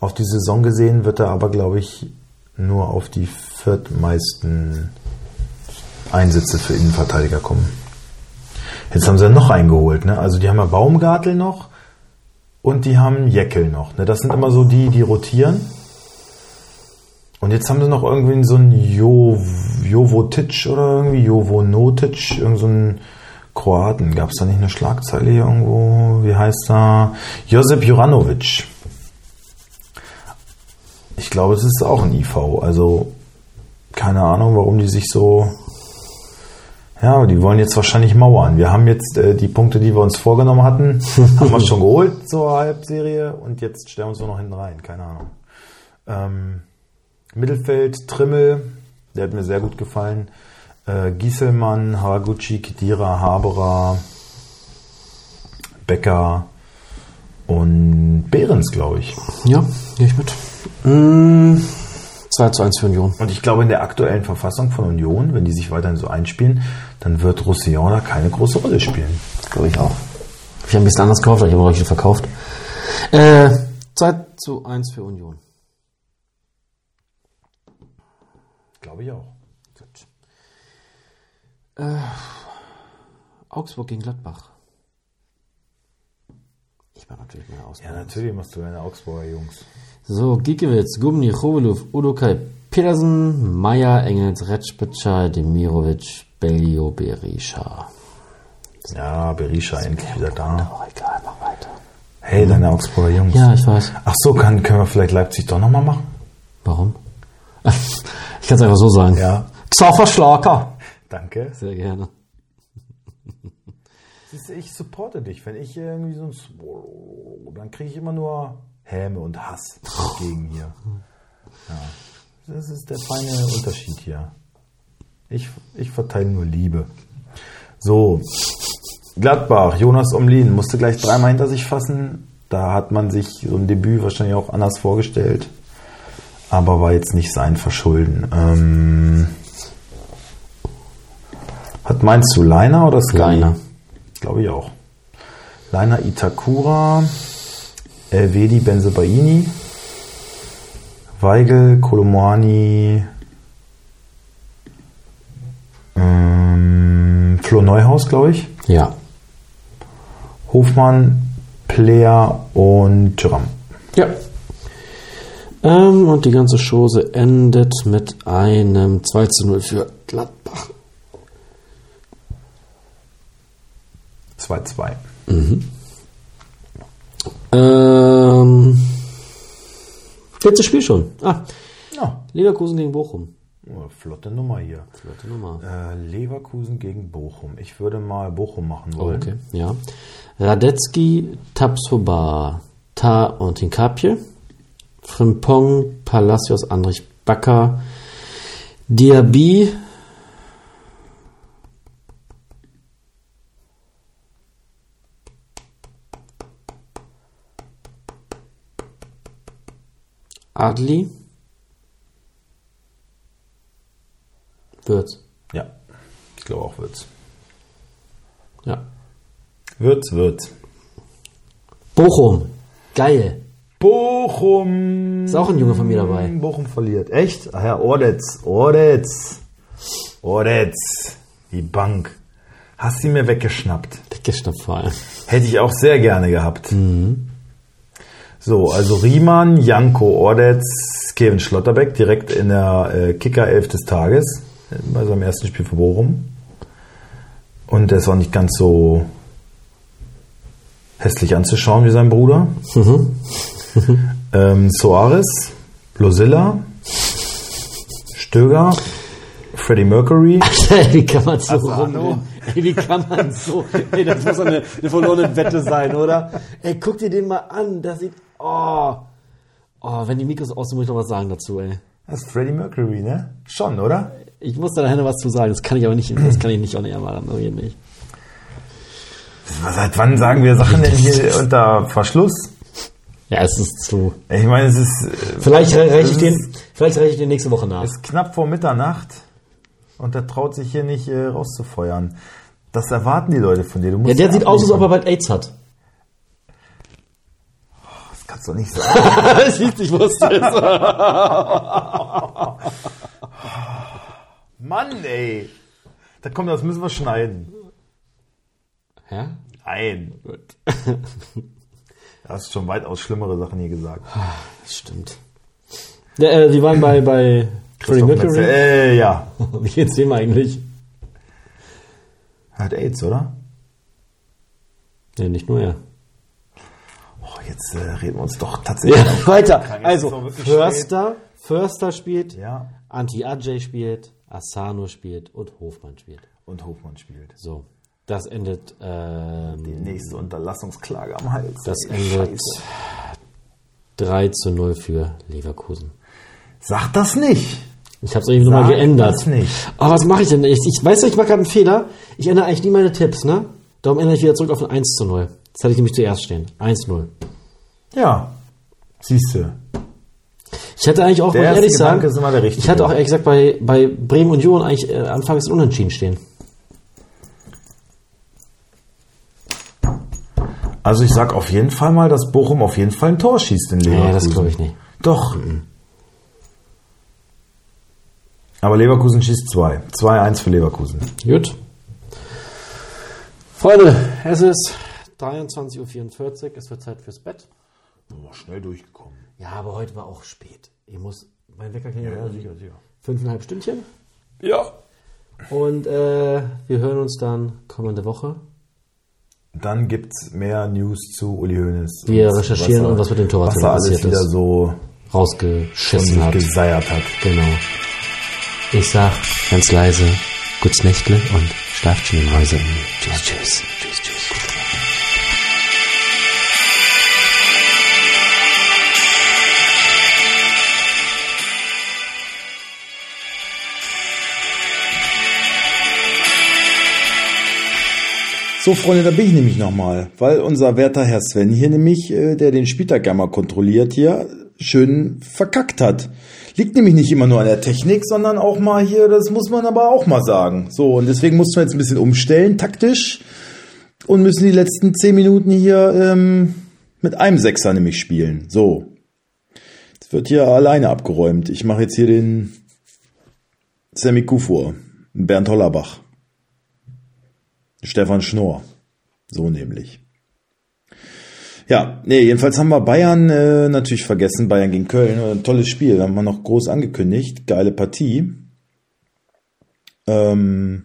Auf die Saison gesehen wird er aber, glaube ich, nur auf die viertmeisten Einsätze für Innenverteidiger kommen. Jetzt haben sie ja noch einen geholt, ne? Also die haben ja Baumgartel noch und die haben Jeckel noch. Ne? Das sind immer so die, die rotieren. Und jetzt haben sie noch irgendwie so einen jo, Jovotic oder irgendwie Jovonotic, irgend so einen Kroaten. Gab es da nicht eine Schlagzeile hier irgendwo? Wie heißt er? Josep Juranovic. Ich glaube, es ist auch ein IV. Also keine Ahnung, warum die sich so. Ja, die wollen jetzt wahrscheinlich mauern. Wir haben jetzt äh, die Punkte, die wir uns vorgenommen hatten, haben wir schon geholt zur Halbserie und jetzt stellen wir uns nur noch hinten rein. Keine Ahnung. Ähm, Mittelfeld, Trimmel, der hat mir sehr gut gefallen. Äh, Gieselmann, Haraguchi, Kidira, Haberer, Becker und Behrens, glaube ich. Ja, gehe ich mit. Mm, 2 zu 1 für Union. Und ich glaube, in der aktuellen Verfassung von Union, wenn die sich weiterhin so einspielen, dann wird Roussillon da keine große Rolle spielen. Glaube ich auch. Ich habe ein bisschen anders gekauft, aber ich habe auch welche verkauft. Äh, 2 zu 1 für Union. Glaube ich auch. Gut. Äh, Augsburg gegen Gladbach. Ich war natürlich mehr aus. Ja, natürlich machst du deine Augsburger Jungs. So, Giekewitz, Gumni, Chobeluv, Udokai, Petersen, Meier, Engels, Retschbitscher, Demirovic, Bellio, Berisha. Ja, Berisha endlich wieder da. Auch egal, mach weiter. Hey, deine Augsburger Jungs. Ja, ich weiß. Ach so, kann, können wir vielleicht Leipzig doch nochmal machen? Warum? ich kann es einfach so sagen. Ja. Zauberschlager. Danke. Sehr gerne. Siehst du, ich supporte dich. Wenn ich irgendwie so ein Swallow, dann kriege ich immer nur Häme und Hass gegen hier. Ja. Das ist der feine Unterschied hier. Ich, ich verteile nur Liebe. So, Gladbach, Jonas Omlin musste gleich dreimal hinter sich fassen. Da hat man sich so ein Debüt wahrscheinlich auch anders vorgestellt. Aber war jetzt nicht sein Verschulden. Ähm, hat meinst du Leiner oder Sky? Leiner. Glaube ich auch. Leiner Itakura, Elvedi Benzebaini, Weigel, Kolomani, ähm, Flo Neuhaus, glaube ich. Ja. Hofmann, Player und Thuram. Ja. Ähm, und die ganze Chose endet mit einem 2 zu 0 für Gladbach. 2-2. Ähm, letztes Spiel schon. Ah, Ja, Leverkusen gegen Bochum. oh, flotte Nummer hier. Leute, nochmal. Äh, Leverkusen gegen Bochum. Ich würde mal Bochum machen wollen. Okay, ja. Radetzky, Tapsoba, Ta und Hinkapje. Frimpong, Palacios, Andrich Bakker, Diaby. Adli. Würz. Ja, ich glaube auch wird's. Ja. Wird's, wird's. Bochum. Geil. Bochum. Ist auch ein Junge von mir dabei. Bochum verliert. Echt? Ach ja, Ordetz. Ordetz. Ordetz. Die Bank. Hast sie mir weggeschnappt. Weggeschnappt vor allem. Hätte ich auch sehr gerne gehabt. So, also Riemann, Janko, Ordetz, Kevin Schlotterbeck direkt in der äh, Kicker-Elf des Tages. äh, Bei seinem ersten Spiel für Bochum. Und der ist auch nicht ganz so hässlich anzuschauen wie sein Bruder. Mhm. ähm, Soares, Losilla, Stöger, Freddie Mercury. Ey, wie kann man so Asano. rum? Ey, wie kann man so? Ey, das muss doch eine, eine verlorene Wette sein, oder? Ey, guck dir den mal an. Das sieht. Oh. Oh, wenn die Mikros aus sind, muss ich noch was sagen dazu, ey. Das ist Freddie Mercury, ne? Schon, oder? Ich muss da nachher noch was zu sagen. Das kann ich aber nicht, das kann ich nicht on air machen. Das geht nicht. Also Seit wann sagen wir Sachen denn hier unter Verschluss? Ja, es ist zu. Ich meine, es ist, äh, Vielleicht re- reiche ich ist- den, vielleicht reiche ich den nächste Woche nach. es ist knapp vor Mitternacht und da traut sich hier nicht äh, rauszufeuern. Das erwarten die Leute von dir. Du musst Ja, der sieht aus, als ob er abliefern. bald AIDS hat. Das kannst du nicht sagen. das sieht, ich wusste es. Mann, ey. Da kommt, das müssen wir schneiden. Ja? Nein. Gut. Du hast schon weitaus schlimmere Sachen hier gesagt. Das stimmt. Ja, äh, die waren bei, bei Freddie Christoph Metzel. Mercury. Äh, ja. Wie geht's dem eigentlich? Er Hat AIDS, oder? Ja, nicht nur er. Oh, jetzt äh, reden wir uns doch tatsächlich. Ja, weiter. jetzt ist doch Also, wirklich Förster, Förster spielt, Ja. Anti-Ajay spielt, Asano spielt und Hofmann spielt. Und Hofmann spielt. So, das endet, ähm, Die nächste Unterlassungsklage am Hals. das Ey, endet Scheiße. 3 zu 0 für Leverkusen. Sag das nicht. Ich habe es irgendwie nochmal Sag geändert. das nicht. Aber was mache ich denn? Ich, ich weiß, ich mache gerade einen Fehler. Ich ändere eigentlich nie meine Tipps, ne? Darum ändere ich wieder zurück auf ein 1 zu 0. Das hatte ich nämlich zuerst stehen. 1 zu 0. Ja. Siehst du. Ich hatte eigentlich auch, Der muss ich ehrlich erste sagen, Gedanke ist immer der richtige. ich hatte auch ehrlich gesagt bei, bei Bremen und Union eigentlich äh, anfangs ein Unentschieden stehen. Also ich sag auf jeden Fall mal, dass Bochum auf jeden Fall ein Tor schießt in Leverkusen. Nee, das glaube ich nicht. Doch. Aber Leverkusen schießt zwei. 2-1 für Leverkusen. Gut. Freunde, es ist 23.44 Uhr, es wird Zeit fürs Bett. Boah, schnell durchgekommen. Ja, aber heute war auch spät. Ich muss, mein Wecker klingelt Ja, um sicher, sicher. fünfeinhalb Stündchen. Ja. Und äh, wir hören uns dann kommende Woche. Dann gibt's mehr News zu Uli Hoeneß. Wir und recherchieren was er- und was mit dem Torwart Was er alles passiert wieder ist. so von Rausgeschissen sich hat. geseiert hat. Genau. Ich sag ganz leise, gutes Nächtle und schlaft schön, Mäuse. Tschüss, tschüss. Tschüss, tschüss. So, Freunde, da bin ich nämlich nochmal, weil unser werter Herr Sven hier nämlich, äh, der den Spieltag ja mal kontrolliert hier, schön verkackt hat. Liegt nämlich nicht immer nur an der Technik, sondern auch mal hier, das muss man aber auch mal sagen. So, und deswegen mussten wir jetzt ein bisschen umstellen, taktisch, und müssen die letzten zehn Minuten hier ähm, mit einem Sechser nämlich spielen. So. Jetzt wird hier alleine abgeräumt. Ich mache jetzt hier den Sammy Kufur, Bernd Hollerbach. Stefan Schnorr. So nämlich. Ja, nee, jedenfalls haben wir Bayern äh, natürlich vergessen. Bayern gegen Köln. Ein tolles Spiel, haben wir noch groß angekündigt. Geile Partie. Ähm,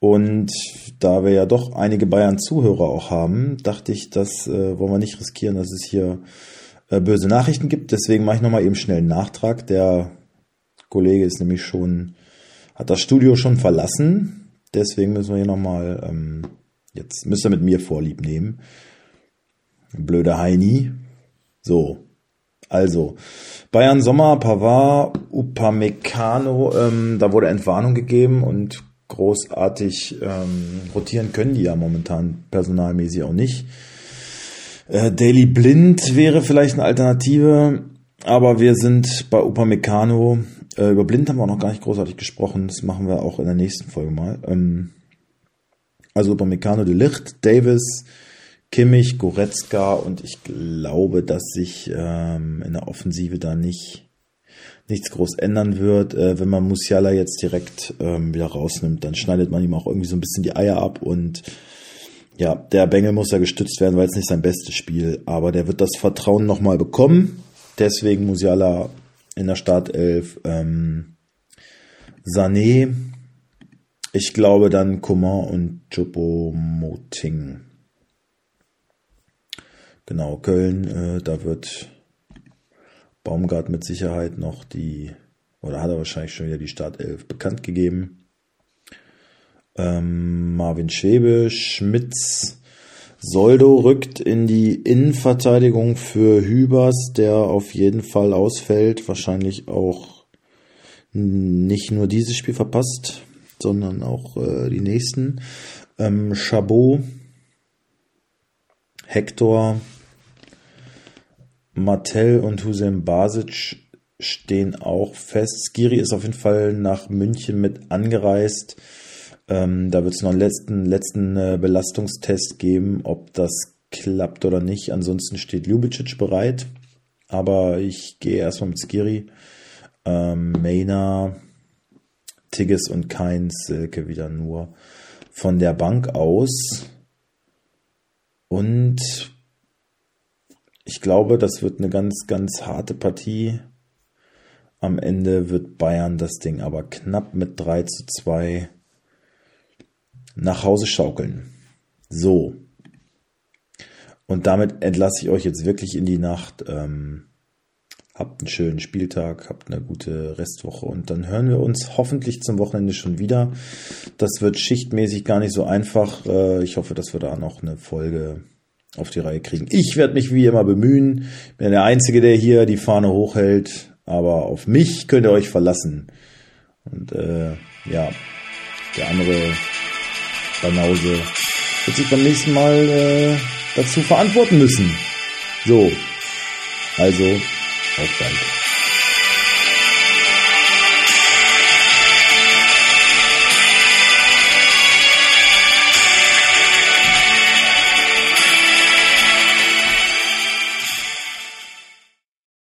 und da wir ja doch einige Bayern-Zuhörer auch haben, dachte ich, das äh, wollen wir nicht riskieren, dass es hier äh, böse Nachrichten gibt. Deswegen mache ich nochmal eben schnell einen Nachtrag. Der Kollege ist nämlich schon, hat das Studio schon verlassen. Deswegen müssen wir hier nochmal, ähm, jetzt müsst ihr mit mir Vorlieb nehmen. Blöder Heini. So. Also, Bayern Sommer, Pavard, Upamecano, ähm, da wurde Entwarnung gegeben und großartig ähm, rotieren können die ja momentan personalmäßig auch nicht. Äh, Daily Blind wäre vielleicht eine Alternative, aber wir sind bei Upamecano. Äh, über Blind haben wir auch noch gar nicht großartig gesprochen, das machen wir auch in der nächsten Folge mal. Ähm, also Upamecano, De Licht, Davis, Kimmich, Goretzka und ich glaube, dass sich ähm, in der Offensive da nicht nichts groß ändern wird. Äh, wenn man Musiala jetzt direkt ähm, wieder rausnimmt, dann schneidet man ihm auch irgendwie so ein bisschen die Eier ab und ja, der Bengel muss ja gestützt werden, weil es nicht sein bestes Spiel, aber der wird das Vertrauen nochmal bekommen. Deswegen Musiala in der Startelf, ähm, Sané, ich glaube dann Coman und Jopo Moting. Genau, Köln, äh, da wird Baumgart mit Sicherheit noch die, oder hat er wahrscheinlich schon wieder die Startelf bekannt gegeben. Ähm, Marvin Schwebe, Schmitz, Soldo rückt in die Innenverteidigung für Hübers, der auf jeden Fall ausfällt, wahrscheinlich auch nicht nur dieses Spiel verpasst, sondern auch äh, die nächsten. Ähm, Chabot, Hector, Martell und Hussein Basic stehen auch fest. Skiri ist auf jeden Fall nach München mit angereist. Ähm, da wird es noch einen letzten, letzten äh, Belastungstest geben, ob das klappt oder nicht. Ansonsten steht Ljubicic bereit. Aber ich gehe erstmal mit Skiri. Ähm, Maina, Tigges und Keins, Silke wieder nur von der Bank aus. Und ich glaube, das wird eine ganz, ganz harte Partie. Am Ende wird Bayern das Ding aber knapp mit 3 zu 2 nach Hause schaukeln. So. Und damit entlasse ich euch jetzt wirklich in die Nacht. Ähm, habt einen schönen Spieltag, habt eine gute Restwoche und dann hören wir uns hoffentlich zum Wochenende schon wieder. Das wird schichtmäßig gar nicht so einfach. Äh, ich hoffe, dass wir da noch eine Folge auf die Reihe kriegen. Ich werde mich wie immer bemühen. Bin der Einzige, der hier die Fahne hochhält. Aber auf mich könnt ihr euch verlassen. Und äh, ja, der andere Banause wird sich beim nächsten Mal äh, dazu verantworten müssen. So, also, auf Dank.